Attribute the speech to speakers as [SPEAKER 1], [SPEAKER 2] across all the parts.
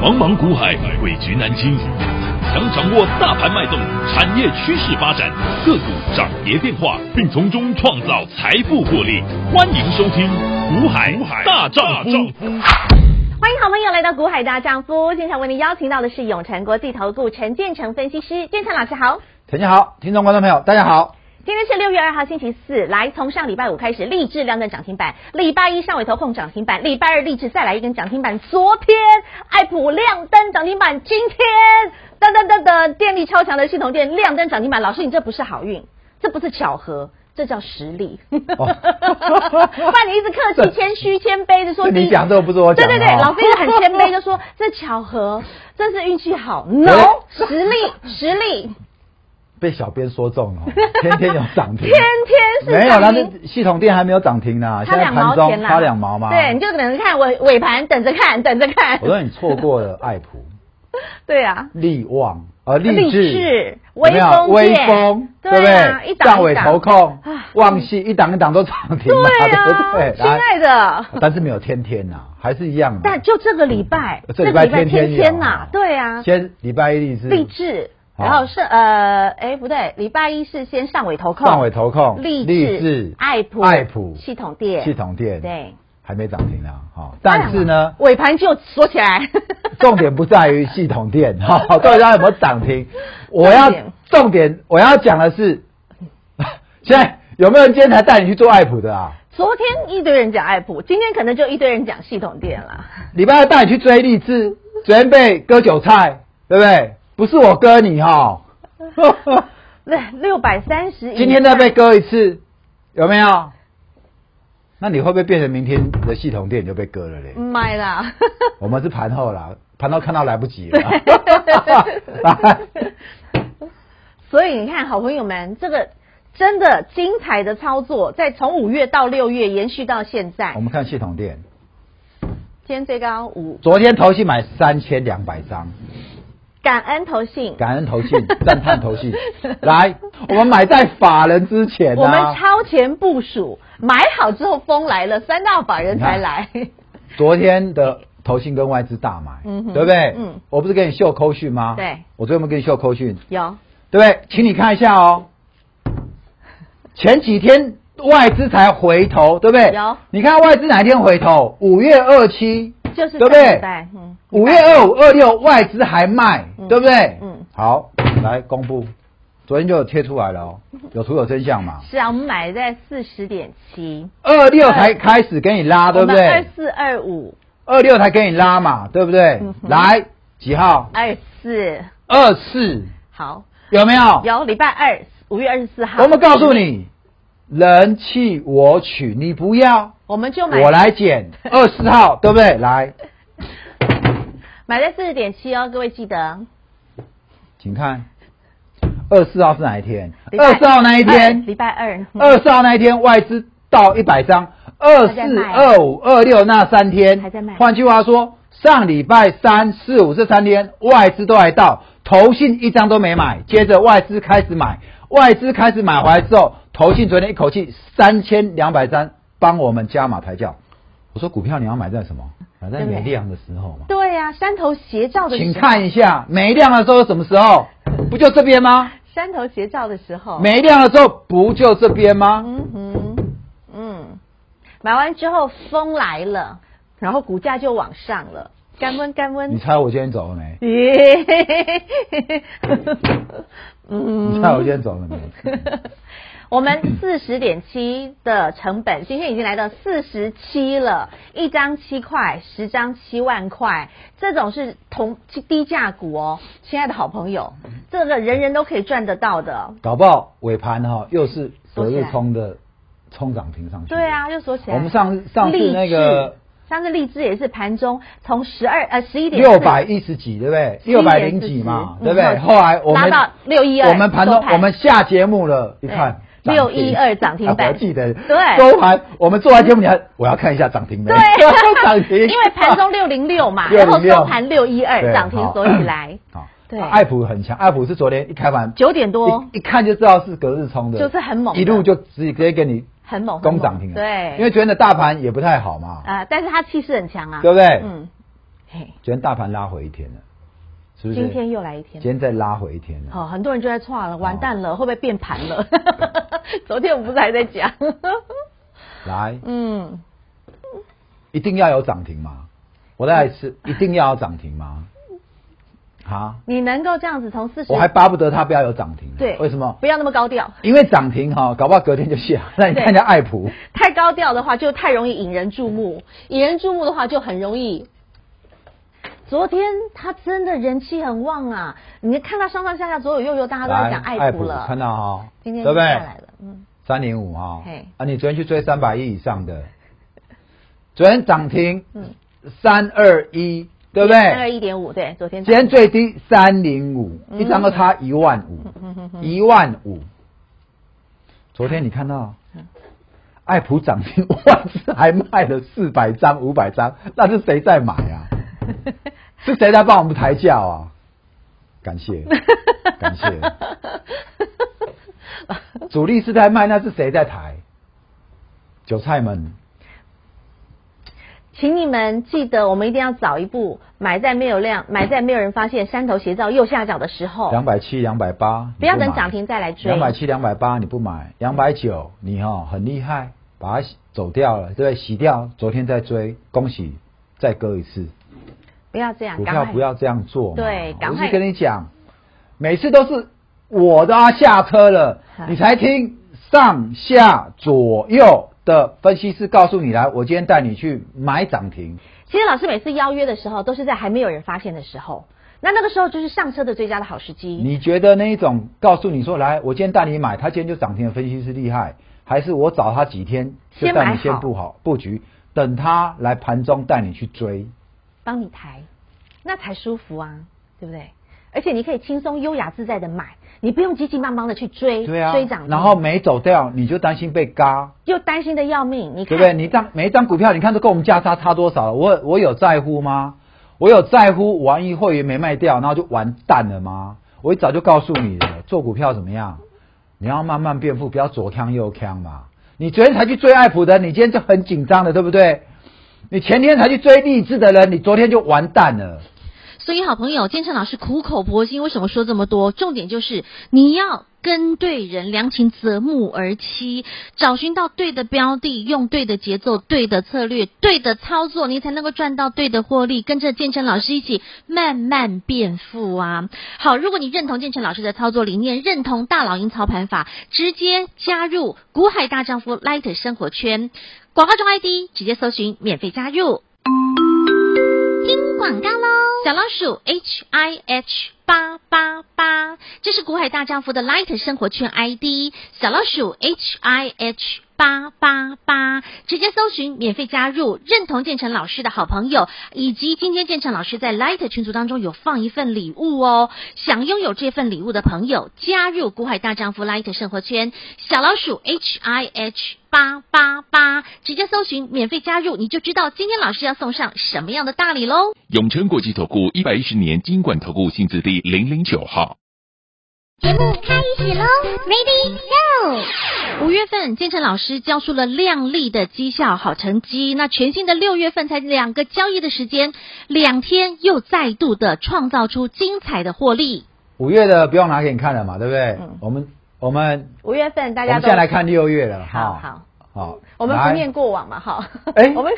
[SPEAKER 1] 茫茫股海，诡局难清。想掌握大盘脉动、产业趋势发展、个股涨跌变化，并从中创造财富获利，欢迎收听《股海大丈夫》。
[SPEAKER 2] 欢迎好朋友来到《股海大丈夫》，现场为您邀请到的是永诚国际投顾陈建成分析师，建成老师好。
[SPEAKER 3] 陈家好，听众观众朋友，大家好。
[SPEAKER 2] 今天是六月二号，星期四。来，从上礼拜五开始，励志亮灯涨停板，礼拜一上尾头碰涨停板，礼拜二励志再来一根涨停板。昨天爱普亮灯涨停板，今天噔噔噔噔，电力超强的系统电亮灯涨停板。老师，你这不是好运，这不是巧合。这叫实力，不
[SPEAKER 3] 哦
[SPEAKER 2] 然你一直客气、
[SPEAKER 3] 这
[SPEAKER 2] 谦虚、谦卑的说
[SPEAKER 3] 是
[SPEAKER 2] 第一，
[SPEAKER 3] 你讲这个不是我讲
[SPEAKER 2] 对对
[SPEAKER 3] 的
[SPEAKER 2] 对，
[SPEAKER 3] 哦
[SPEAKER 2] 老师一直很谦卑的 说，这巧合，这是运气好。No，实 力，实力，
[SPEAKER 3] 被小编说中了，哦 天天有涨停，
[SPEAKER 2] 天天是
[SPEAKER 3] 没有
[SPEAKER 2] 涨
[SPEAKER 3] 啦，
[SPEAKER 2] 停
[SPEAKER 3] 那系统店还没有涨停呢，现
[SPEAKER 2] 差
[SPEAKER 3] 在
[SPEAKER 2] 两毛
[SPEAKER 3] 盘
[SPEAKER 2] 钱
[SPEAKER 3] 中
[SPEAKER 2] 啦，
[SPEAKER 3] 差两毛嘛。
[SPEAKER 2] 对，你，就等着看尾尾盘，等着看，等着看。
[SPEAKER 3] 我说你错过了爱 普、
[SPEAKER 2] 对啊，
[SPEAKER 3] 力旺、呃
[SPEAKER 2] 励
[SPEAKER 3] 励
[SPEAKER 2] 志
[SPEAKER 3] 志、
[SPEAKER 2] 微
[SPEAKER 3] 有没有
[SPEAKER 2] 风
[SPEAKER 3] 微
[SPEAKER 2] 电
[SPEAKER 3] 风，
[SPEAKER 2] 对
[SPEAKER 3] 对不
[SPEAKER 2] 啊
[SPEAKER 3] 对？
[SPEAKER 2] 一档一档
[SPEAKER 3] 上尾投控
[SPEAKER 2] 啊、
[SPEAKER 3] 旺系一档一档都涨停嘛，
[SPEAKER 2] 对
[SPEAKER 3] 不
[SPEAKER 2] 啊，
[SPEAKER 3] 对？
[SPEAKER 2] 亲爱的，
[SPEAKER 3] 来，但是没有天天呐，还是一样啊。
[SPEAKER 2] 但就这个礼拜，
[SPEAKER 3] 这礼拜
[SPEAKER 2] 天
[SPEAKER 3] 天天有
[SPEAKER 2] 呐，对啊，
[SPEAKER 3] 先礼拜一励志，
[SPEAKER 2] 励志，
[SPEAKER 3] 好
[SPEAKER 2] 然后是呃，哎不对，礼拜一是先上尾投控，
[SPEAKER 3] 上尾投控
[SPEAKER 2] 励
[SPEAKER 3] 励
[SPEAKER 2] 志
[SPEAKER 3] 志、
[SPEAKER 2] 爱普、
[SPEAKER 3] 爱普
[SPEAKER 2] 系统店、
[SPEAKER 3] 系统店
[SPEAKER 2] 对，
[SPEAKER 3] 还没涨停啊，哈，但是呢。
[SPEAKER 2] 哎尾盘就锁起来。
[SPEAKER 3] 重点不在于系统店，哈、 到底它有没有涨停？我要
[SPEAKER 2] 重点
[SPEAKER 3] 重点我要讲的是， 现在有没有人今天才带你去做爱普的啊？
[SPEAKER 2] 昨天一堆人讲爱普，今天可能就一堆人讲系统店了。
[SPEAKER 3] 礼拜二带你去追励志，昨天被割韭菜，对不对？不是我割你哈、
[SPEAKER 2] 对，六百三十。
[SPEAKER 3] 今天再被割一次，有没有？那你会不会变成明天的系统店你就被割了嘞？
[SPEAKER 2] 买啦。
[SPEAKER 3] 我们是盘后啦，盘后看到来不及了。
[SPEAKER 2] 所以你看，好朋友们，这个真的精彩的操作，在从五月到六月延续到现在
[SPEAKER 3] 我，们看系统店。
[SPEAKER 2] 今天最高五，
[SPEAKER 3] 昨天投信买三千两百张，
[SPEAKER 2] 感恩投信，
[SPEAKER 3] 感恩投啊 信，赞叹投信。来，我们买在法人之前、啊，
[SPEAKER 2] 我们超前部署，买好之后风来了，三大法人才来。
[SPEAKER 3] 昨天的投信跟外资大买，
[SPEAKER 2] 嗯哼
[SPEAKER 3] 对不对？
[SPEAKER 2] 嗯
[SPEAKER 3] 我不是给你秀扣讯吗？
[SPEAKER 2] 对，
[SPEAKER 3] 我昨天有没有给你秀扣讯？
[SPEAKER 2] 有，
[SPEAKER 3] 对不对？请你看一下哦，前几天外资才回头，对不对？
[SPEAKER 2] 有
[SPEAKER 3] 你看外资哪一天回头？五月二七，
[SPEAKER 2] 就是
[SPEAKER 3] 对不对
[SPEAKER 2] 上礼拜嗯，
[SPEAKER 3] 五月二五、二六外资还卖，
[SPEAKER 2] 嗯
[SPEAKER 3] 对不对？
[SPEAKER 2] 嗯
[SPEAKER 3] 好，来公布，昨天就有贴出来了 哦，有图有真相嘛。
[SPEAKER 2] 是啊，我们买在四十点七，
[SPEAKER 3] 二六才开始给你拉，对
[SPEAKER 2] 我
[SPEAKER 3] 不
[SPEAKER 2] 们二
[SPEAKER 3] 对？
[SPEAKER 2] 四二五
[SPEAKER 3] 二六才给你拉嘛，对不对
[SPEAKER 2] 嗯？哼
[SPEAKER 3] 来几号？
[SPEAKER 2] 二四，
[SPEAKER 3] 二四
[SPEAKER 2] 好，
[SPEAKER 3] 有没有？
[SPEAKER 2] 有礼拜二五月二十四号，
[SPEAKER 3] 我们告诉，你，人气我取，你不要，
[SPEAKER 2] 我们就买
[SPEAKER 3] 我来 捡。二四号对不对？来，
[SPEAKER 2] 买在四十点七哦，各位记得。
[SPEAKER 3] 请看，二四号是哪一天？
[SPEAKER 2] 礼拜
[SPEAKER 3] 二四号那一
[SPEAKER 2] 哎
[SPEAKER 3] 天，
[SPEAKER 2] 礼拜二，
[SPEAKER 3] 二四号那一天外资到一百张，二
[SPEAKER 2] 还在
[SPEAKER 3] 四、
[SPEAKER 2] 卖
[SPEAKER 3] 二五、二六那三天
[SPEAKER 2] 还在卖
[SPEAKER 3] 换句话说，上礼拜三、四、五这三天外资都还到，投信一张都没买。接着外资开始买，外资开始买回来之后，投信昨天一口气三千两百张帮我们加码抬轿。我说股票你要买在什么？买在
[SPEAKER 2] 对不对
[SPEAKER 3] 没量的时候嘛。
[SPEAKER 2] 对呀、山头斜照的时候，
[SPEAKER 3] 请看一下，没量的时候是什么时候？不就这边吗？
[SPEAKER 2] 山头斜照的时候，，
[SPEAKER 3] 没量的时候不就这边吗？
[SPEAKER 2] 嗯哼，嗯，买完之后风来了，然后股价就往上了，干温干
[SPEAKER 3] 你
[SPEAKER 2] 温，
[SPEAKER 3] 猜我今天走了没？
[SPEAKER 2] 耶，嗯
[SPEAKER 3] 你猜我今天走了没？
[SPEAKER 2] 我们四十点七的成本， 今天已经来到四十七了，一张七块，十张七万块，这种是同低价股哦，亲爱的好朋友，这个人人都可以赚得到的。
[SPEAKER 3] 搞不好尾盘哈、又是隔日冲的冲涨停上去。
[SPEAKER 2] 对啊，，又说起来，
[SPEAKER 3] 我们上上次那个
[SPEAKER 2] 励志上次励志也是盘中从十二呃十一点
[SPEAKER 3] 六百一十几，对不对？六百零几嘛，对不对？后来我
[SPEAKER 2] 嗯拉
[SPEAKER 3] 们
[SPEAKER 2] 到612
[SPEAKER 3] 我们盘
[SPEAKER 2] 收
[SPEAKER 3] 中
[SPEAKER 2] 盘
[SPEAKER 3] 我们下节目了，一
[SPEAKER 2] 对
[SPEAKER 3] 看
[SPEAKER 2] 612涨停板
[SPEAKER 3] 啊我记得
[SPEAKER 2] 对
[SPEAKER 3] 收盘我们做完节目，你还我要看一下涨停没？
[SPEAKER 2] 对
[SPEAKER 3] 涨停，
[SPEAKER 2] 因为 盘中六零六嘛，
[SPEAKER 3] 606
[SPEAKER 2] 然后收盘六一二
[SPEAKER 3] 对
[SPEAKER 2] 涨停
[SPEAKER 3] 好
[SPEAKER 2] 锁起来，
[SPEAKER 3] 好，
[SPEAKER 2] 对
[SPEAKER 3] 啊爱普很强，爱普是昨天一开盘
[SPEAKER 2] 九点多
[SPEAKER 3] 一一看就知道是隔日冲的，
[SPEAKER 2] 就是很猛的
[SPEAKER 3] 一路就直接给你
[SPEAKER 2] 很猛，哦很
[SPEAKER 3] 攻
[SPEAKER 2] 猛
[SPEAKER 3] 涨停了。啊
[SPEAKER 2] 对，呃
[SPEAKER 3] 因为昨天的大盘也不太好嘛，
[SPEAKER 2] 啊、但是它气势很强啊，
[SPEAKER 3] 对不对
[SPEAKER 2] 嗯，嘿，
[SPEAKER 3] 昨天大盘拉回一天了，是不是？
[SPEAKER 2] 今天又来一
[SPEAKER 3] 今。
[SPEAKER 2] 天
[SPEAKER 3] 天再拉回一天了。
[SPEAKER 2] 哦，很多人就在错了，完蛋了，会不会变 盘了？昨天我们不是还在讲？
[SPEAKER 3] 来，
[SPEAKER 2] 嗯，
[SPEAKER 3] 一定要有涨停吗？我再来一次，
[SPEAKER 2] 嗯
[SPEAKER 3] 一定要有涨停吗？啊，
[SPEAKER 2] 你能够这样子从四十，
[SPEAKER 3] 我还巴不得它不要有涨停。
[SPEAKER 2] 对，
[SPEAKER 3] 为什么？
[SPEAKER 2] 不要那么高调？
[SPEAKER 3] 因为涨停哈、搞不好隔天就下。那你
[SPEAKER 2] 对
[SPEAKER 3] 看一下爱普，
[SPEAKER 2] 太高调的话就太容易引人注目，引人注目的话就很容易。昨天他真的人气很旺啊！你看他上上下下左右右右，大家都在
[SPEAKER 3] 来
[SPEAKER 2] 讲爱
[SPEAKER 3] 爱
[SPEAKER 2] 普了，
[SPEAKER 3] 看到哈、
[SPEAKER 2] 今天
[SPEAKER 3] 对不
[SPEAKER 2] 就下来
[SPEAKER 3] 对？
[SPEAKER 2] 了，嗯，
[SPEAKER 3] 三零五哈
[SPEAKER 2] 嘿，
[SPEAKER 3] 啊，你昨天去追三百亿以上的，昨天涨停，
[SPEAKER 2] 嗯
[SPEAKER 3] 三二一，对不对？
[SPEAKER 2] 三二一点五，对，昨天
[SPEAKER 3] 哎今天最低三零五，一张都差一万
[SPEAKER 2] 嗯嗯
[SPEAKER 3] 五，一万五。昨天你看到
[SPEAKER 2] 嗯，
[SPEAKER 3] 爱普涨停，万事还卖了四百张、五百张，那是谁在买 啊？是谁在帮我们抬价啊？感 谢，感谢。主力是在卖，那是谁在抬？韭菜们，
[SPEAKER 2] 请你们记得，我们一定要早一步买在没有量，买在没有人发现山头斜照右下角的时候，
[SPEAKER 3] 两百七、两百八，
[SPEAKER 2] 哦不要等涨停再来追
[SPEAKER 3] 两百七、两百八你不买，两百九你哦很厉害，把它洗走掉了，对不对？洗掉，昨天再追，恭喜，再割一次。
[SPEAKER 2] 不要这样，
[SPEAKER 3] 股
[SPEAKER 2] 啊赶
[SPEAKER 3] 票
[SPEAKER 2] 快
[SPEAKER 3] 不要这样做嘛，
[SPEAKER 2] 对赶
[SPEAKER 3] 我
[SPEAKER 2] 快
[SPEAKER 3] 是跟你讲，每次都是我都要下车了
[SPEAKER 2] 嗨，
[SPEAKER 3] 你才听上下左右的分析师告诉你来，我今天带你去买涨停，
[SPEAKER 2] 其实老师每次邀约的时候，都是在还没有人发现的时候，那那个时候就是上车的最佳的好时机。
[SPEAKER 3] 你觉得那一种告诉你说来，我今天带你买，他今天就涨停的分析师厉害，还是我找他几天就
[SPEAKER 2] 先买
[SPEAKER 3] 带你先
[SPEAKER 2] 好
[SPEAKER 3] 布好布局，等他来盘中带你去追？
[SPEAKER 2] 帮你抬，那才舒服啊，对不对？而且你可以轻松、优雅、自在的买，你不用急急忙忙的去追，
[SPEAKER 3] 对啊
[SPEAKER 2] 追涨停，
[SPEAKER 3] 然后没走掉你就担心被嘎，
[SPEAKER 2] 又担心的要命，你
[SPEAKER 3] 对
[SPEAKER 2] 看
[SPEAKER 3] 不对？你张每一张股票你看都跟我们价差差多少了？我我有在乎吗？我有在乎万一会员没卖掉，然后就完蛋了吗？我一早就告诉你了，做股票怎么样？你要慢慢变富，不要左扛右扛嘛。你昨天才去追爱普的，你今天就很紧张了，对不对？你前天才去追励志的人，你昨天就完蛋了。
[SPEAKER 4] 所以，好朋友，建成老师苦口婆心，为什么说这么多？重点就是你要跟对人，良禽择木而栖，找寻到对的标的，用对的节奏、对的策略、对的操作，你才能够赚到对的获利。跟着建成老师一起慢慢变富啊！好，如果你认同建成老师的操作理念，认同大老鹰操盘法，直接加入股海大丈夫 Light 生活圈，广告中 ID 直接搜寻免费加入。听广告喽！小老鼠 H I H 八八八，这是股海大丈夫的 Light 生活圈 ID，小老鼠 H I H 八八八，直接搜寻免费加入，认同建成老师的好朋友，以及今天建成老师在 Light 群组当中有放一份礼物哦，想拥有这份礼物的朋友，加入股海大丈夫 Light 生活圈，小老鼠 H I H。八八八，直接搜寻免费加入，你就知道今天老师要送上什么样的大礼喽。
[SPEAKER 5] 永诚国际投顾一百一十年金管投顾新质第零零九号。
[SPEAKER 6] 节目开始喽，Ready Go！
[SPEAKER 4] 五月份，建成老师交出了亮丽的绩效好成绩。那全新的六月份才两个交易的时间，两天又再度的创造出精彩的获利。
[SPEAKER 3] 五月的不用拿给你看了嘛，对不对？
[SPEAKER 2] 嗯
[SPEAKER 3] 我们我们
[SPEAKER 2] 五月份大
[SPEAKER 3] 我
[SPEAKER 2] 家
[SPEAKER 3] 们
[SPEAKER 2] 都
[SPEAKER 3] 现在来看六月了，
[SPEAKER 2] 好
[SPEAKER 3] 哈
[SPEAKER 2] 好，
[SPEAKER 3] 好，
[SPEAKER 2] 我们
[SPEAKER 3] 来
[SPEAKER 2] 不念过往嘛，哈，
[SPEAKER 3] 哎
[SPEAKER 2] 我们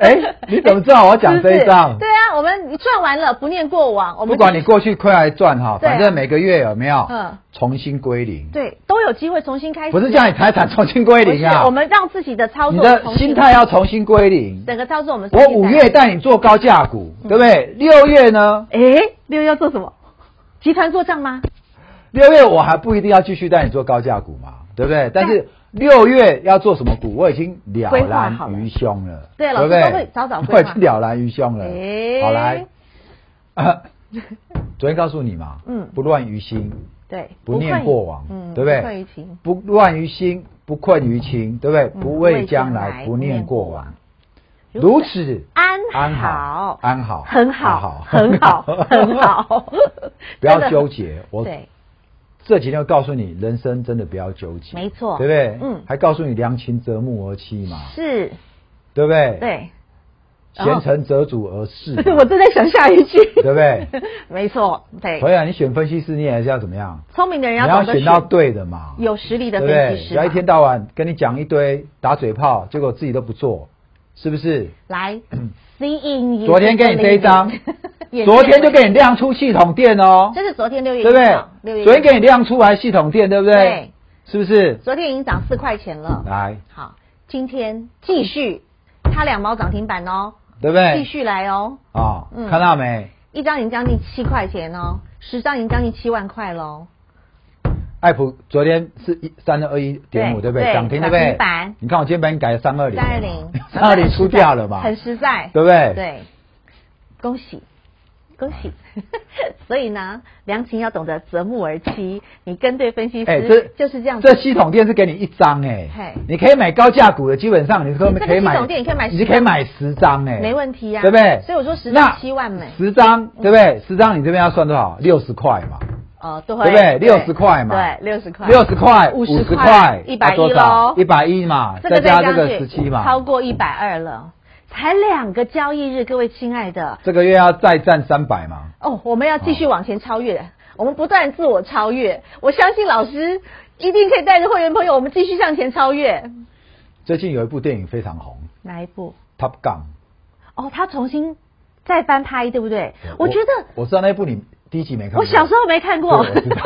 [SPEAKER 3] 哎你怎么知道我要讲这一
[SPEAKER 2] 是不是
[SPEAKER 3] 张
[SPEAKER 2] 对啊，我们赚完了不念过往，我
[SPEAKER 3] 不
[SPEAKER 2] 们
[SPEAKER 3] 管你过去亏还是赚哈，
[SPEAKER 2] 对啊
[SPEAKER 3] 反正每个月有没有
[SPEAKER 2] 嗯
[SPEAKER 3] 重新归零？
[SPEAKER 2] 对都有机会重新开始，
[SPEAKER 3] 不是叫你财产重新归
[SPEAKER 2] 不
[SPEAKER 3] 零啊，
[SPEAKER 2] 是我们让自己的操作
[SPEAKER 3] 你的
[SPEAKER 2] 重新
[SPEAKER 3] 心态要重新归零。
[SPEAKER 2] 整个操作我们重
[SPEAKER 3] 我
[SPEAKER 2] 新嗯
[SPEAKER 3] 五
[SPEAKER 2] 再
[SPEAKER 3] 月带你做高价股，对不对？六月呢？
[SPEAKER 2] 哎六月要做什么？集团做账吗？
[SPEAKER 3] 六月我还不一定要继续带你做高价股嘛，对不对？但是六月要做什么股，我已经了
[SPEAKER 2] 规划好
[SPEAKER 3] 然
[SPEAKER 2] 了
[SPEAKER 3] 于胸了，
[SPEAKER 2] 对
[SPEAKER 3] 不
[SPEAKER 2] 老师
[SPEAKER 3] 对？
[SPEAKER 2] 都会早早规划
[SPEAKER 3] 我已经了然于胸了
[SPEAKER 2] 哎。
[SPEAKER 3] 好 来，啊昨天告诉你嘛，
[SPEAKER 2] 嗯
[SPEAKER 3] 不乱于心，
[SPEAKER 2] 对，
[SPEAKER 3] 不念
[SPEAKER 2] 困于
[SPEAKER 3] 过往，对不
[SPEAKER 2] 不困于
[SPEAKER 3] 对
[SPEAKER 2] 情？
[SPEAKER 3] 不乱于心，不困于情，对不对？
[SPEAKER 2] 嗯
[SPEAKER 3] 不畏将来，不念过往，，如此
[SPEAKER 2] 安
[SPEAKER 3] 安
[SPEAKER 2] 好
[SPEAKER 3] 好，，安好，
[SPEAKER 2] 很好，很
[SPEAKER 3] 安
[SPEAKER 2] 好， 很好，
[SPEAKER 3] 不要
[SPEAKER 2] 真的
[SPEAKER 3] 纠 结，我
[SPEAKER 2] 对，
[SPEAKER 3] 这几天我告诉你，人生真的不要纠结，
[SPEAKER 2] 没错
[SPEAKER 3] 对不对？
[SPEAKER 2] 嗯
[SPEAKER 3] 还告诉你良禽择木而栖嘛，
[SPEAKER 2] 是，
[SPEAKER 3] 对不对？，
[SPEAKER 2] 对，
[SPEAKER 3] 贤成择主而仕嘛，
[SPEAKER 2] 我正在想下一句，
[SPEAKER 3] 啊对不对？
[SPEAKER 2] 没错，对，
[SPEAKER 3] 所以啊，你选分析师，你也是要怎么样？
[SPEAKER 2] 聪明的人
[SPEAKER 3] 你
[SPEAKER 2] 要
[SPEAKER 3] 要
[SPEAKER 2] 懂得
[SPEAKER 3] 选到对的嘛，
[SPEAKER 2] 有实力的
[SPEAKER 3] 对不
[SPEAKER 2] 分
[SPEAKER 3] 对
[SPEAKER 2] 析？
[SPEAKER 3] 不
[SPEAKER 2] 师
[SPEAKER 3] 要一
[SPEAKER 2] 嘛。
[SPEAKER 3] 天到晚跟你讲一堆打嘴炮，结果自己都不做，是不是？
[SPEAKER 2] 来，C in
[SPEAKER 3] 昨天给你这一张 昨天就给你亮出系统店哦，
[SPEAKER 2] 这是昨天六月
[SPEAKER 3] 对
[SPEAKER 2] 一
[SPEAKER 3] 不
[SPEAKER 2] 号，六
[SPEAKER 3] 对？
[SPEAKER 2] 月一
[SPEAKER 3] 昨天给
[SPEAKER 2] 号
[SPEAKER 3] 你亮出来系统店，对不对
[SPEAKER 2] 对？
[SPEAKER 3] 是不是？
[SPEAKER 2] 昨天已经涨四块钱了。
[SPEAKER 3] 来，
[SPEAKER 2] 好，今天继续，它两毛涨停板哦，
[SPEAKER 3] 对不对？
[SPEAKER 2] 继续来哦，
[SPEAKER 3] 啊、
[SPEAKER 2] 嗯
[SPEAKER 3] 看到没？
[SPEAKER 2] 一张已经将近七块钱哦，十张已经将近七万块哦喽。
[SPEAKER 3] 爱普昨天是一三二一点五，对
[SPEAKER 2] 对
[SPEAKER 3] 不对？
[SPEAKER 2] 对
[SPEAKER 3] 涨停，对不
[SPEAKER 2] 涨
[SPEAKER 3] 对
[SPEAKER 2] 停板？
[SPEAKER 3] 你看我今天把你改三二零，，
[SPEAKER 2] 三二零
[SPEAKER 3] 三二零出掉了嘛，
[SPEAKER 2] 很实在，
[SPEAKER 3] 对不对？。
[SPEAKER 2] 对，恭喜。恭喜！ 所以呢，良禽要懂得择木而栖，你跟对分析师，
[SPEAKER 3] 哎，这
[SPEAKER 2] 就是这样子。
[SPEAKER 3] 这系统店是给你一张哎
[SPEAKER 2] 嘿，
[SPEAKER 3] 你可以买高价股的，基本上你可
[SPEAKER 2] 这个
[SPEAKER 3] 可以买，
[SPEAKER 2] 系统店你可以买十张
[SPEAKER 3] 就可以买十张哎，
[SPEAKER 2] 没问题呀
[SPEAKER 3] 对不对？
[SPEAKER 2] 所以我说十
[SPEAKER 3] 那
[SPEAKER 2] 张七万美嗯
[SPEAKER 3] 十张对不对？十张你这边要算多少？六十块嘛，
[SPEAKER 2] 哦，对，
[SPEAKER 3] 对不对？六十块嘛，
[SPEAKER 2] 对，六十块，
[SPEAKER 3] 六十块，五
[SPEAKER 2] 50
[SPEAKER 3] 十
[SPEAKER 2] 块
[SPEAKER 3] 块，啊
[SPEAKER 2] 110喽
[SPEAKER 3] 一百一嘛，
[SPEAKER 2] 这个
[SPEAKER 3] 加这
[SPEAKER 2] 再上
[SPEAKER 3] 个
[SPEAKER 2] 去
[SPEAKER 3] 十七嘛，
[SPEAKER 2] 超过一百二了，才两个交易日，各位亲爱的
[SPEAKER 3] 这个月要再占三百嘛，
[SPEAKER 2] 哦，我们要继续往前超越，我们不断自我超越，我相信老师一定可以带着会员朋友，我们继续向前超越。
[SPEAKER 3] 最近有一部电影非常红，
[SPEAKER 2] 哪一部？
[SPEAKER 3] 《Top Gun》。
[SPEAKER 2] 哦，他重新再翻拍，对不对？我觉得
[SPEAKER 3] 我知道那一部你第一集没看过，
[SPEAKER 2] 我小时候没看过，
[SPEAKER 3] 对我知道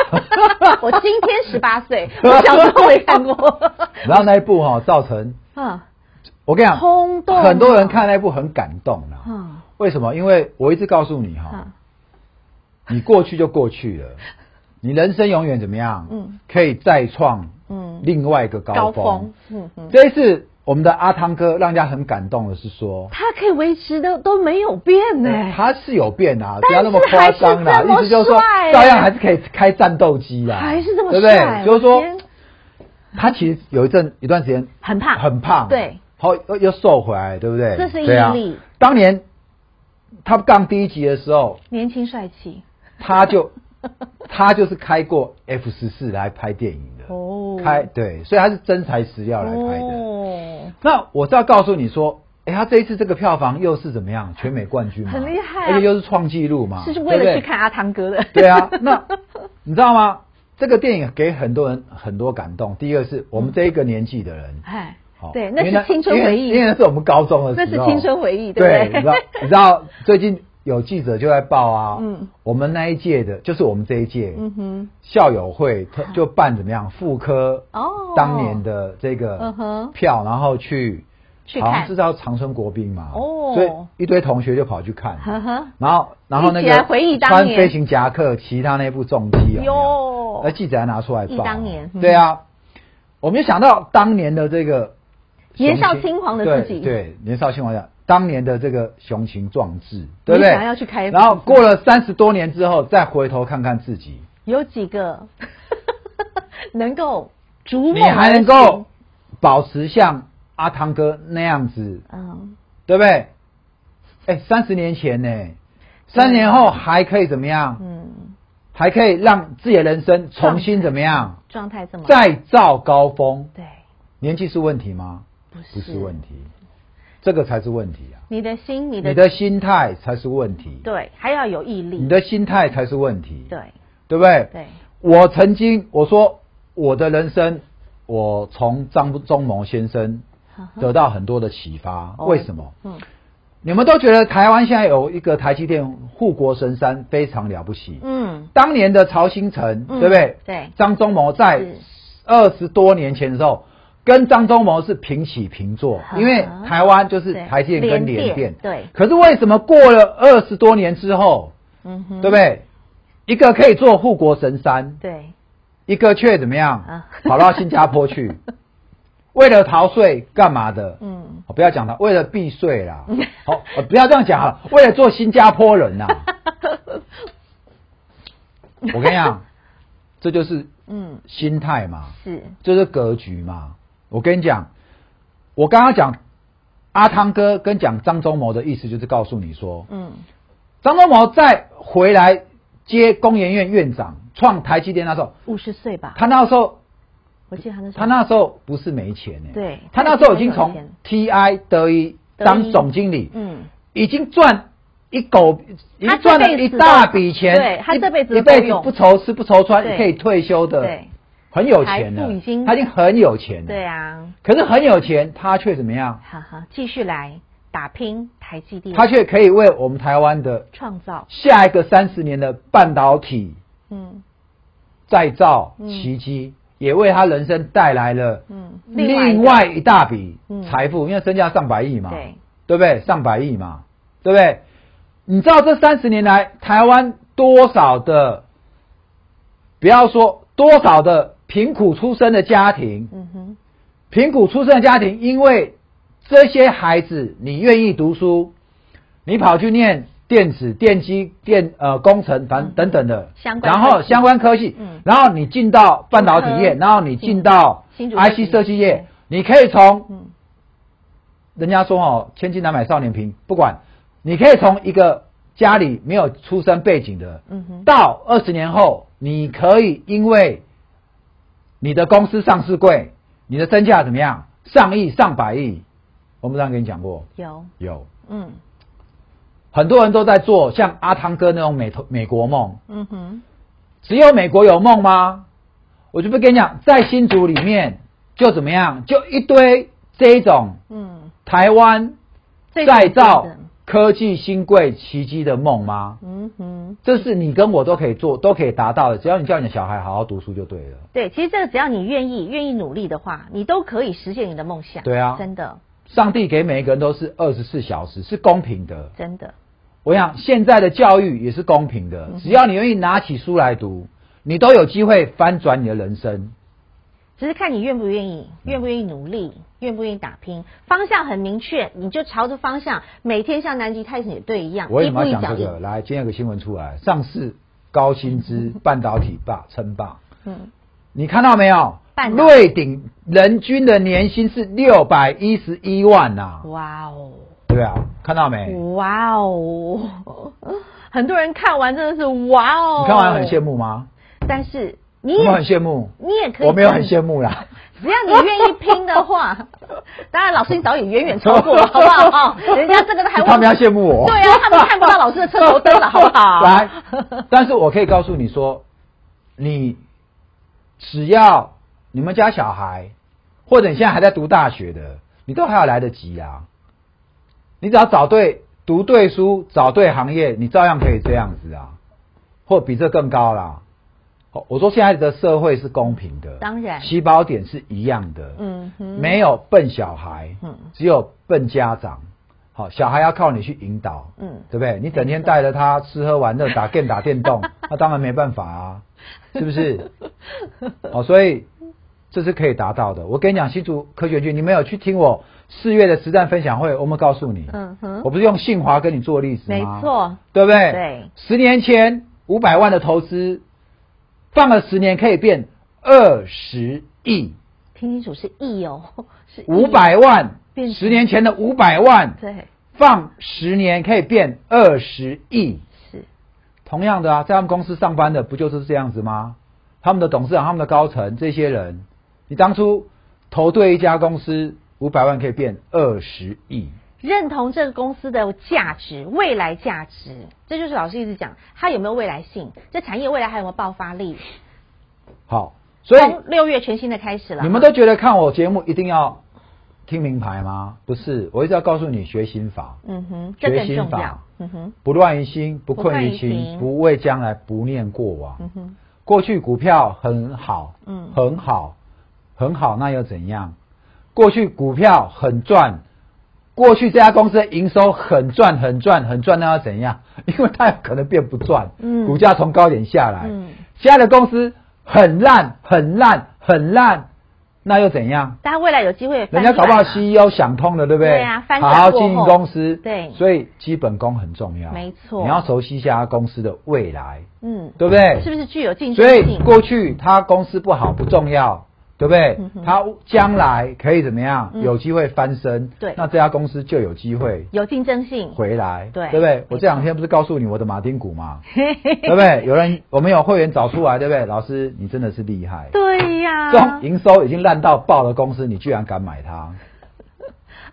[SPEAKER 2] 我今天十八 岁，我小时候没看过，
[SPEAKER 3] 然后那一部哈、造成
[SPEAKER 2] 嗯
[SPEAKER 3] 我跟你讲，
[SPEAKER 2] 轰动啊
[SPEAKER 3] 很多人看那一部很感动啦。
[SPEAKER 2] 嗯
[SPEAKER 3] 为什么？因为我一直告诉你哈、
[SPEAKER 2] 嗯，
[SPEAKER 3] 你过去就过去 了，你人生永远怎么样？
[SPEAKER 2] 嗯，
[SPEAKER 3] 可以再创
[SPEAKER 2] 嗯
[SPEAKER 3] 另外一个高峰。
[SPEAKER 2] 高峰嗯嗯
[SPEAKER 3] 这一次我们的阿汤哥让人家很感动的是说，呃
[SPEAKER 2] 他可以维持的都没有变呢、
[SPEAKER 3] 他是有变啊，不
[SPEAKER 2] 但
[SPEAKER 3] 要那
[SPEAKER 2] 是
[SPEAKER 3] 么夸张啦，
[SPEAKER 2] 还是这么
[SPEAKER 3] 意思就是说
[SPEAKER 2] 帅欸
[SPEAKER 3] 照样还是可以开战斗机啦，
[SPEAKER 2] 还是这么
[SPEAKER 3] 对不
[SPEAKER 2] 帅，啊
[SPEAKER 3] 对？就是
[SPEAKER 2] 我
[SPEAKER 3] 说
[SPEAKER 2] 今天
[SPEAKER 3] 他其实有一阵一段时间
[SPEAKER 2] 很胖
[SPEAKER 3] 很胖，
[SPEAKER 2] 对，
[SPEAKER 3] 好又又瘦回来，对不对？
[SPEAKER 2] 这是毅力
[SPEAKER 3] 对啊当年他杠第一集的时候，
[SPEAKER 2] 年轻帅气
[SPEAKER 3] 他 就他就是开过 F 十四来拍电影的，
[SPEAKER 2] 哦
[SPEAKER 3] 开对，所以他是真材实料来拍的。
[SPEAKER 2] 哦，
[SPEAKER 3] 那我是要告诉你说，哎，他这一次这个票房又是怎么 样？全美冠军嘛，
[SPEAKER 2] 很厉害啊
[SPEAKER 3] 而且又是创纪录嘛，
[SPEAKER 2] 是
[SPEAKER 3] 对
[SPEAKER 2] 为
[SPEAKER 3] 不
[SPEAKER 2] 了
[SPEAKER 3] 对
[SPEAKER 2] 去看阿汤哥的，
[SPEAKER 3] 对啊，那你知道吗？这个电影给很多人很多感动。第一个是我们这一个年纪的人，
[SPEAKER 2] 哎
[SPEAKER 3] 好，
[SPEAKER 2] 对，那
[SPEAKER 3] 因为
[SPEAKER 2] 是青春回
[SPEAKER 3] 因为因为
[SPEAKER 2] 忆，
[SPEAKER 3] 那是我们高中的时
[SPEAKER 2] 那
[SPEAKER 3] 候，
[SPEAKER 2] 是青春回忆，
[SPEAKER 3] 对
[SPEAKER 2] 对，
[SPEAKER 3] 你
[SPEAKER 2] 不
[SPEAKER 3] 知道
[SPEAKER 2] 对？，
[SPEAKER 3] 你知道最近有记者就在报啊，嗯
[SPEAKER 2] 嗯，
[SPEAKER 3] 我们那一届的，就是我们这一届，
[SPEAKER 2] 嗯哼，
[SPEAKER 3] 校友会特就办怎么样妇科
[SPEAKER 2] 哦
[SPEAKER 3] 当年的这
[SPEAKER 2] 嗯
[SPEAKER 3] 个
[SPEAKER 2] 哼
[SPEAKER 3] 票，然后去
[SPEAKER 2] 去
[SPEAKER 3] 好像
[SPEAKER 2] 看
[SPEAKER 3] 知道长春国宾嘛，
[SPEAKER 2] 哦
[SPEAKER 3] 所以一堆同学就跑去看，
[SPEAKER 2] 呵呵
[SPEAKER 3] 然后然后那
[SPEAKER 2] 一起来
[SPEAKER 3] 个
[SPEAKER 2] 回忆当
[SPEAKER 3] 穿
[SPEAKER 2] 年
[SPEAKER 3] 飞行夹克骑他那部重机有没有
[SPEAKER 2] 哟？
[SPEAKER 3] 那记者还拿出来
[SPEAKER 2] 忆
[SPEAKER 3] 报，
[SPEAKER 2] 哦当年嗯
[SPEAKER 3] 对啊，我们就想到当年的这个
[SPEAKER 2] 年
[SPEAKER 3] 雄
[SPEAKER 2] 少
[SPEAKER 3] 心
[SPEAKER 2] 轻狂的
[SPEAKER 3] 对
[SPEAKER 2] 自己
[SPEAKER 3] 对，年少轻狂的当年的这个雄情壮志，对不
[SPEAKER 2] 你
[SPEAKER 3] 对？
[SPEAKER 2] 想要去开
[SPEAKER 3] 然后过了三十多年之后，再回头看看自己，
[SPEAKER 2] 有几个 能够逐
[SPEAKER 3] 你
[SPEAKER 2] 梦而行，
[SPEAKER 3] 还能够保持像阿汤哥那样子，
[SPEAKER 2] 嗯，
[SPEAKER 3] 对不对？哎，三十年前呢，三年后还可以怎么样？
[SPEAKER 2] 嗯，
[SPEAKER 3] 还可以让自己的人生重新怎么样？
[SPEAKER 2] 状态这么
[SPEAKER 3] 再造高峰？
[SPEAKER 2] 对，
[SPEAKER 3] 年纪是问题吗？
[SPEAKER 2] 不是
[SPEAKER 3] 不是问题，这个才是问题啊！
[SPEAKER 2] 你的心，你的
[SPEAKER 3] 你的心态才是问题，
[SPEAKER 2] 对，还要有毅力，
[SPEAKER 3] 你的心态才是问题，
[SPEAKER 2] 对
[SPEAKER 3] 对不对？
[SPEAKER 2] 对，
[SPEAKER 3] 我曾经我说我的人生，我从张忠谋先生
[SPEAKER 2] 呵呵
[SPEAKER 3] 得到很多的启发，
[SPEAKER 2] 嗯哦
[SPEAKER 3] 为什么？
[SPEAKER 2] 嗯
[SPEAKER 3] 你们都觉得台湾现在有一个台积电护国神山，非常了不起。
[SPEAKER 2] 嗯，
[SPEAKER 3] 当年的曹兴诚，
[SPEAKER 2] 嗯
[SPEAKER 3] 对不对？
[SPEAKER 2] 对
[SPEAKER 3] 张忠谋在
[SPEAKER 2] 是
[SPEAKER 3] 二十多年前的时候，跟张忠谋是平起平坐，
[SPEAKER 2] 呵呵
[SPEAKER 3] 因为台湾就是
[SPEAKER 2] 啊对
[SPEAKER 3] 台积电跟联电
[SPEAKER 2] 联电。对
[SPEAKER 3] 可是为什么过了二十多年之后，
[SPEAKER 2] 嗯哼，
[SPEAKER 3] 对不对？一个可以做护国神山，
[SPEAKER 2] 对？
[SPEAKER 3] 一个却怎么样
[SPEAKER 2] 啊，
[SPEAKER 3] 跑到新加坡去， 为了逃税干嘛的？哦
[SPEAKER 2] 嗯，
[SPEAKER 3] 我不要讲他，为了避税 啦。好，呃不要这样讲啊，为了做新加坡 人呐、我跟你讲，这就是
[SPEAKER 2] 嗯，
[SPEAKER 3] 心态嘛，
[SPEAKER 2] 是，
[SPEAKER 3] 这是格局嘛。我跟你讲，我刚刚讲阿汤哥跟讲张忠谋的意思，就是告诉你说，
[SPEAKER 2] 嗯
[SPEAKER 3] 张忠谋再回来接工研院院长，创台积电那时候，
[SPEAKER 2] 五十岁吧，
[SPEAKER 3] 他那时候
[SPEAKER 2] 我记得他那时候
[SPEAKER 3] 他那时候不是没钱呢、欸
[SPEAKER 2] 对
[SPEAKER 3] 他那时候已经从
[SPEAKER 2] 他已经
[SPEAKER 3] TI 德一
[SPEAKER 2] 德一
[SPEAKER 3] 当总经理，
[SPEAKER 2] 嗯
[SPEAKER 3] 已经赚一狗，已
[SPEAKER 2] 他
[SPEAKER 3] 经
[SPEAKER 2] 这
[SPEAKER 3] 赚了
[SPEAKER 2] 辈
[SPEAKER 3] 一
[SPEAKER 2] 子
[SPEAKER 3] 大
[SPEAKER 2] 都
[SPEAKER 3] 笔钱，
[SPEAKER 2] 对他
[SPEAKER 3] 一
[SPEAKER 2] 这辈子
[SPEAKER 3] 一
[SPEAKER 2] 都够
[SPEAKER 3] 辈子
[SPEAKER 2] 用
[SPEAKER 3] 不愁吃不愁穿，
[SPEAKER 2] 对
[SPEAKER 3] 可以退休的，
[SPEAKER 2] 对，
[SPEAKER 3] 很有钱
[SPEAKER 2] 财
[SPEAKER 3] 了，
[SPEAKER 2] 富已经
[SPEAKER 3] 他已经很有钱了，
[SPEAKER 2] 对。啊，
[SPEAKER 3] 可是很有钱，他却怎么样？
[SPEAKER 2] 哈哈，继续来打拼台积电，
[SPEAKER 3] 他却可以为我们台湾的
[SPEAKER 2] 创造，
[SPEAKER 3] 下一个三十年的半导体
[SPEAKER 2] 嗯
[SPEAKER 3] 再造
[SPEAKER 2] 嗯
[SPEAKER 3] 奇迹，也为他人生带来了
[SPEAKER 2] 嗯，
[SPEAKER 3] 另外一大笔
[SPEAKER 2] 嗯
[SPEAKER 3] 财富，因为身价上百亿嘛，
[SPEAKER 2] 对，
[SPEAKER 3] 对不对？上百亿嘛，对不对？你知道这三十年来，台湾多少的，不要说多少的贫苦出身的家庭，
[SPEAKER 2] 嗯哼，
[SPEAKER 3] 贫苦出身的家庭，因为这些孩子，你愿意读书，你跑去念电子、电机、电呃工程，反正等等的，
[SPEAKER 2] 嗯相关
[SPEAKER 3] 然
[SPEAKER 2] 科
[SPEAKER 3] 后
[SPEAKER 2] 技
[SPEAKER 3] 相关科技，
[SPEAKER 2] 嗯
[SPEAKER 3] 然后你进到半导体业，
[SPEAKER 2] 竹科
[SPEAKER 3] 然后你进到
[SPEAKER 2] 新竹科技
[SPEAKER 3] IC 设计业
[SPEAKER 2] 嗯，
[SPEAKER 3] 你可以从
[SPEAKER 2] 嗯，
[SPEAKER 3] 人家说哦，千金难买少年贫，不管，你可以从一个家里没有出身背景的，
[SPEAKER 2] 嗯哼
[SPEAKER 3] 到二十年后，你可以因为你的公司上市贵，你的身价怎么样，上亿、上百亿，我们之前跟你讲过，
[SPEAKER 2] 有，
[SPEAKER 3] 有
[SPEAKER 2] 嗯
[SPEAKER 3] 很多人都在做像阿汤哥那种美头美国梦，
[SPEAKER 2] 嗯哼，
[SPEAKER 3] 只有美国有梦吗？我就不跟你讲，在新竹里面就怎么样，就一堆这一种
[SPEAKER 2] 嗯，
[SPEAKER 3] 台湾
[SPEAKER 2] 最
[SPEAKER 3] 再
[SPEAKER 2] 重要
[SPEAKER 3] 造
[SPEAKER 2] 的
[SPEAKER 3] 科技新贵奇迹的梦吗？
[SPEAKER 2] 嗯哼。
[SPEAKER 3] 这是你跟我都可以做，都可以达到的，只要你叫你的小孩好好读书就对了。
[SPEAKER 2] 对，其实这个只要你愿意，愿意努力的话，你都可以实现你的梦想。
[SPEAKER 3] 对啊
[SPEAKER 2] 真的，
[SPEAKER 3] 上帝给每一个人都是二十四小时，是公平的。
[SPEAKER 2] 真的，
[SPEAKER 3] 我想现在的教育也是公平的，
[SPEAKER 2] 嗯
[SPEAKER 3] 只要你愿意拿起书来读，你都有机会翻转你的人生。
[SPEAKER 2] 只是看你愿不愿意，愿不愿意努力，愿不愿意打拼。方向很明确，你就朝着方向，每天像南极探险队一样，
[SPEAKER 3] 我为
[SPEAKER 2] 一
[SPEAKER 3] 什
[SPEAKER 2] 步
[SPEAKER 3] 么
[SPEAKER 2] 一
[SPEAKER 3] 要
[SPEAKER 2] 脚
[SPEAKER 3] 讲这
[SPEAKER 2] 印。
[SPEAKER 3] 个？来，今天有个新闻出来，上市高薪资半导体霸称霸，
[SPEAKER 2] 嗯，
[SPEAKER 3] 你看到没有
[SPEAKER 2] 半？导体
[SPEAKER 3] 瑞鼎人均的年薪是六百一十一万呐、
[SPEAKER 2] 哇哦，
[SPEAKER 3] 对啊，看到没？你
[SPEAKER 2] 哇哦，很多人看完真的是哇哦，
[SPEAKER 3] 看完很羡，慕吗？
[SPEAKER 2] 但是你
[SPEAKER 3] 我
[SPEAKER 2] 也
[SPEAKER 3] 们很羡慕，
[SPEAKER 2] 你也可以，
[SPEAKER 3] 我没有很羡慕啦。
[SPEAKER 2] 只要你愿意拼的 话，当然老师你早已远远超过了，好不好？哦，人家这个都还
[SPEAKER 3] 他们要羡慕我，
[SPEAKER 2] 对啊，他们看不到老师的车头灯了，好不好？
[SPEAKER 3] 来，但是我可以告诉你说，你只要你们家小孩，或者你现在还在读大学的，你都还要来得及啊。你只要找对读对书，找对行业，你照样可以这样子啊，或比这更高啦。哦我说现在的社会是公平的，
[SPEAKER 2] 当然
[SPEAKER 3] 起跑点是一样的，
[SPEAKER 2] 嗯哼，
[SPEAKER 3] 没有笨小孩，
[SPEAKER 2] 嗯
[SPEAKER 3] 只有笨家长。好，小孩要靠你去引导，
[SPEAKER 2] 嗯
[SPEAKER 3] 对不对？你整天
[SPEAKER 2] 没错
[SPEAKER 3] 带着他吃喝玩乐、打电打电 动，那当然没办法啊，是不是？哦，所以这是可以达到的。我跟你讲，新竹科学军，你没有去听我四月的实战分享会，我们告诉你，
[SPEAKER 2] 嗯哼
[SPEAKER 3] 我不是用信华跟你做例子
[SPEAKER 2] 没
[SPEAKER 3] 吗？，
[SPEAKER 2] 错，
[SPEAKER 3] 对不对？
[SPEAKER 2] 对，
[SPEAKER 3] 十年前五百万的投资，放了十年可以变二十亿。
[SPEAKER 2] 听清楚是亿哦，是亿
[SPEAKER 3] 五，百万
[SPEAKER 2] 变，成
[SPEAKER 3] 十年前的五百万，
[SPEAKER 2] 对，
[SPEAKER 3] 放十年可以变二十亿。
[SPEAKER 2] 是，
[SPEAKER 3] 同样的啊，在他们公司上班的不就是这样子吗？他们的董事长、他们的高层这些人，你当初投对一家公司，五百万可以变二十亿。
[SPEAKER 2] 认同这个公司的价值、未来价值，这就是老师一直讲，它有没有未来性，这产业未来还有没有爆发力？
[SPEAKER 3] 好，所以
[SPEAKER 2] 从六月全新的开始了，
[SPEAKER 3] 你们都觉得看我节目一定要听名牌吗？不是，我一直要告诉你学心法，
[SPEAKER 2] 嗯哼，这
[SPEAKER 3] 学
[SPEAKER 2] 更
[SPEAKER 3] 心
[SPEAKER 2] 重
[SPEAKER 3] 法
[SPEAKER 2] 要，，嗯哼，
[SPEAKER 3] 不乱于心，不困于
[SPEAKER 2] 不困于
[SPEAKER 3] 心，
[SPEAKER 2] 心
[SPEAKER 3] 不畏将来，不念过往。
[SPEAKER 2] 嗯哼，
[SPEAKER 3] 过去股票很好，
[SPEAKER 2] 嗯
[SPEAKER 3] 很好，很好，那又怎样？过去股票很赚，过去这家公司的营收很赚，很赚，很赚，那又怎样？ 因为它有可能变不赚，
[SPEAKER 2] 嗯
[SPEAKER 3] 股价从高点下来，
[SPEAKER 2] 嗯
[SPEAKER 3] 现在的公司很烂，很烂，很烂，那又怎样？
[SPEAKER 2] 但它未来有机会翻
[SPEAKER 3] 人
[SPEAKER 2] 转啊，
[SPEAKER 3] 家搞不好 CEO 想通了，对不对？
[SPEAKER 2] 对啊翻转
[SPEAKER 3] 好好
[SPEAKER 2] 过
[SPEAKER 3] 经营
[SPEAKER 2] 后
[SPEAKER 3] 公司，
[SPEAKER 2] 对
[SPEAKER 3] 所以基本功很重要，
[SPEAKER 2] 没错
[SPEAKER 3] 你要熟悉一下公司的未来，
[SPEAKER 2] 嗯，
[SPEAKER 3] 对不对？
[SPEAKER 2] 是不是具有竞争
[SPEAKER 3] 所以
[SPEAKER 2] 性？
[SPEAKER 3] 过去他公司不好不重要，对不对
[SPEAKER 2] 嗯哼？
[SPEAKER 3] 他将来可以怎么样？
[SPEAKER 2] 嗯
[SPEAKER 3] 有机会翻身，
[SPEAKER 2] 对
[SPEAKER 3] 那这家公司就有机会
[SPEAKER 2] 有竞争性，
[SPEAKER 3] 回来，
[SPEAKER 2] 对
[SPEAKER 3] 对不
[SPEAKER 2] 没
[SPEAKER 3] 对
[SPEAKER 2] 错？
[SPEAKER 3] 我这两天不是告诉你我的马丁股 吗？对不对？有人我们有会员找出来，对不对？老师，你真的是厉害。
[SPEAKER 2] 对啊呀、
[SPEAKER 3] 这种营收已经烂到爆的公司，你居然敢买它？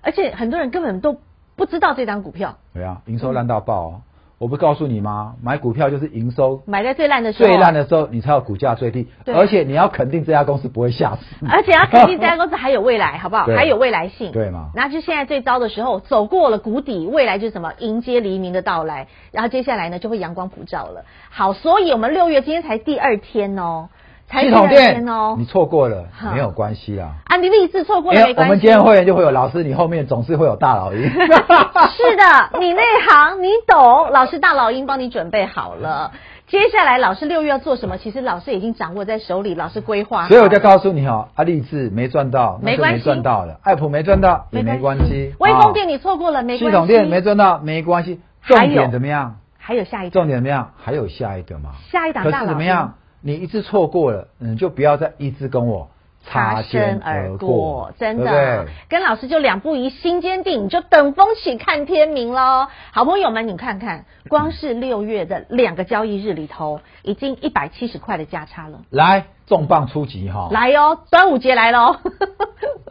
[SPEAKER 2] 而且很多人根本都不知道这张股票，
[SPEAKER 3] 对啊，营收烂到爆、哦。我不告诉你吗？买股票就是营收
[SPEAKER 2] 买在最烂的时候，
[SPEAKER 3] 最烂的时候，你才有股价最低，
[SPEAKER 2] 对啊
[SPEAKER 3] 而且你要肯定这家公司不会下市。
[SPEAKER 2] 而且他肯定这家公司还有未来，好不好？
[SPEAKER 3] 对
[SPEAKER 2] 还有未来性，
[SPEAKER 3] 对嘛
[SPEAKER 2] 那就现在最糟的时候，走过了谷底，未来就是什么？迎接黎明的到来，然后接下来呢，就会阳光普照了。好，所以我们六月今天才第二天哦，才
[SPEAKER 3] 系
[SPEAKER 2] 第
[SPEAKER 3] 统
[SPEAKER 2] 二
[SPEAKER 3] 店
[SPEAKER 2] 天哦
[SPEAKER 3] 你。错过了
[SPEAKER 2] 好
[SPEAKER 3] 没有关系啦，
[SPEAKER 2] 啊，你励志错过
[SPEAKER 3] 因
[SPEAKER 2] 了
[SPEAKER 3] 哎为
[SPEAKER 2] 没
[SPEAKER 3] 我
[SPEAKER 2] 关系。
[SPEAKER 3] 们今天 会员就会有老师，你后面总是会有大佬赢。
[SPEAKER 2] 是的，你内行，你懂。老师大老鹰帮你准备好了。 接下来老师六月要做什么？其实老师已经掌握在手里，老师规划好了。
[SPEAKER 3] 所以我就告诉你哦，啊，励志没赚到，那
[SPEAKER 2] 没
[SPEAKER 3] 就
[SPEAKER 2] 关系
[SPEAKER 3] 没赚到了；爱普没赚到也没关系，
[SPEAKER 2] 微风
[SPEAKER 3] 哦
[SPEAKER 2] 店你错过了没关系。
[SPEAKER 3] 系统店没赚到没关系。重
[SPEAKER 2] 还有
[SPEAKER 3] 点怎么样？
[SPEAKER 2] 还有下一个
[SPEAKER 3] 重点怎么样？还有下一个嘛？
[SPEAKER 2] 下一档
[SPEAKER 3] 可
[SPEAKER 2] 大
[SPEAKER 3] 是
[SPEAKER 2] 佬
[SPEAKER 3] 怎么样？你一次错过了，嗯，就不要再一直跟我
[SPEAKER 2] 擦
[SPEAKER 3] 擦
[SPEAKER 2] 身
[SPEAKER 3] 肩
[SPEAKER 2] 而
[SPEAKER 3] 而
[SPEAKER 2] 过
[SPEAKER 3] 过，，
[SPEAKER 2] 真
[SPEAKER 3] 对不
[SPEAKER 2] 的
[SPEAKER 3] 对，
[SPEAKER 2] 跟老师就两步一心坚定，你就等风起看天明喽。好朋友们，你看看，光是六月的两个交易日里头，已经一百七十块的价差了。
[SPEAKER 3] 来，重磅出击哈！，
[SPEAKER 2] 来哦，端午节来 喽，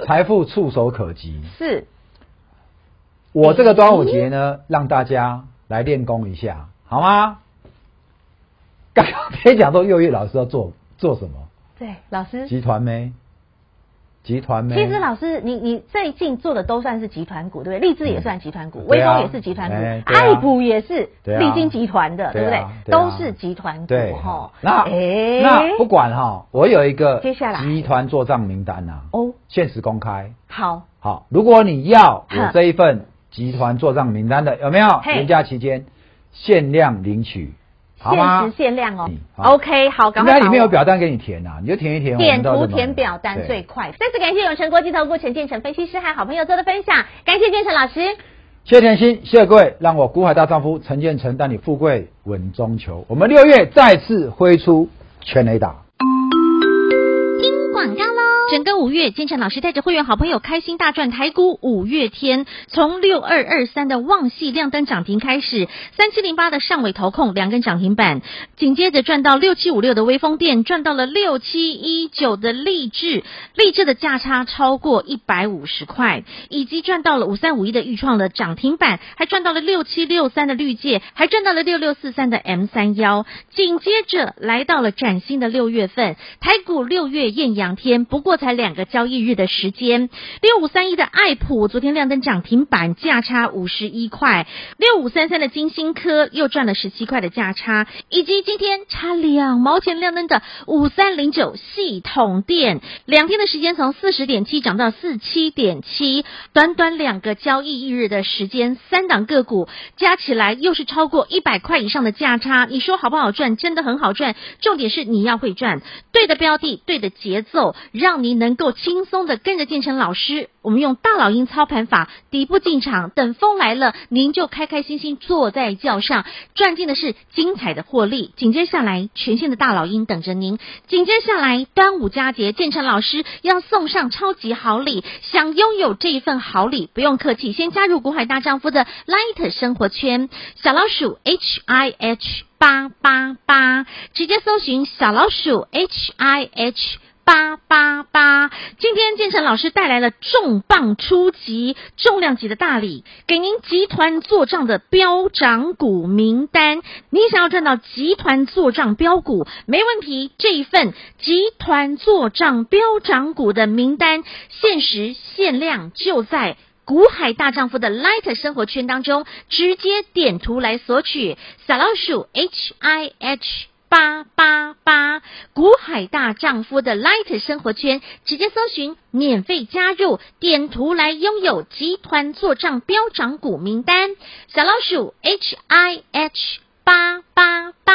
[SPEAKER 3] 财富触手可及。
[SPEAKER 2] 是
[SPEAKER 3] 我这个端午节呢，让大家来练功一下，好吗？刚刚别讲说幼月老师要做做什么，
[SPEAKER 2] 对老师。
[SPEAKER 3] 集团没？集团没？
[SPEAKER 2] 其实老师，你你最近做的都算是集团股，对不对？立志也算集团股，
[SPEAKER 3] 嗯
[SPEAKER 2] 威
[SPEAKER 3] 对啊
[SPEAKER 2] 风也是集团
[SPEAKER 3] 哎
[SPEAKER 2] 股，
[SPEAKER 3] 对啊
[SPEAKER 2] 爱普也是
[SPEAKER 3] 对啊
[SPEAKER 2] 立晶集团的，对
[SPEAKER 3] 对
[SPEAKER 2] 不对
[SPEAKER 3] 啊？对
[SPEAKER 2] 都
[SPEAKER 3] 啊
[SPEAKER 2] 是集团股
[SPEAKER 3] 对
[SPEAKER 2] 哈。
[SPEAKER 3] 那、
[SPEAKER 2] 哎
[SPEAKER 3] 那不管哈、我有一个
[SPEAKER 2] 接下来
[SPEAKER 3] 集团做账名单呐、
[SPEAKER 2] 哦，
[SPEAKER 3] 限时公开。
[SPEAKER 2] 好，
[SPEAKER 3] 好，如果你要
[SPEAKER 2] 哼
[SPEAKER 3] 我这一份集团做账名单的，有没有？
[SPEAKER 2] 嘿
[SPEAKER 3] 廉价期间限量领取，好吗
[SPEAKER 2] 限时？限量哦
[SPEAKER 3] 嗯。好
[SPEAKER 2] OK，好，赶
[SPEAKER 3] 应
[SPEAKER 2] 快
[SPEAKER 3] 该
[SPEAKER 2] 把
[SPEAKER 3] 里
[SPEAKER 2] 握
[SPEAKER 3] 面有表单给你填啊，你就填一填。
[SPEAKER 2] 点
[SPEAKER 3] 我
[SPEAKER 2] 图
[SPEAKER 3] 们都有这么
[SPEAKER 2] 填表单最
[SPEAKER 3] 对。
[SPEAKER 2] 快。再次感谢永诚国际投顾陈建成分析师和好朋友做的分享，感谢建成老师。
[SPEAKER 3] 谢谢甜心，谢谢各位，让我古海大丈夫陈建成带你富贵稳中求。我们六月再次挥出全雷打。
[SPEAKER 4] 广告喽！整个五月，建成老师带着会员好朋友开心大赚台股五月天，从六二二三的旺系亮灯涨停开始，三七零八的上尾投控两根涨停板，紧接着赚到六七五六的微风电，赚到了六七一九的励志，励志的价差超过一百五十块，以及赚到了五三五一的预创的涨停板，还赚到了六七六三的绿界，还赚到了六六四三的 M 三幺，紧接着来到了崭新的六月份，台股六月艳阳天，不过才两个交易日的时间。六五三一的爱普昨天亮灯涨停板，价差五十一块；六五三三的金星科又赚了十七块的价差，以及今天差两毛钱亮灯的五三零九系统店，两天的时间从四十点七涨到四七点七，短短两个交易日的时间，三档个股加起来又是超过一百块以上的价差，你说好不好赚？真的很好赚，重点是你要会赚，对的标的，对的节奏，让你能够轻松的跟着建成老师，我们用大老鹰操盘法底部进场，等风来了，您就开开心心坐在轿上，赚进的是精彩的获利。紧接下来，全新的大老鹰等着您。紧接下来，端午佳节，建成老师要送上超级好礼，想拥有这一份好礼，不用客气，先加入古海大丈夫的 Light 生活圈，小老鼠 H I H 八八八，直接搜寻小老鼠 H I H。八八八。今天建成老师带来了重磅出击、重量级的大礼，给您集团做账的标涨股名单。你想要赚到集团做账标股，没问题，这一份集团做账标涨股的名单，限时限量就在。股海大丈夫的 Light 生活圈当中，直接点图来索取小老鼠 H I H 八八八股海大丈夫的 Light 生活圈，直接搜寻免费加入，点图来拥有集团做账标涨股名单，小老鼠 H I H 八八八。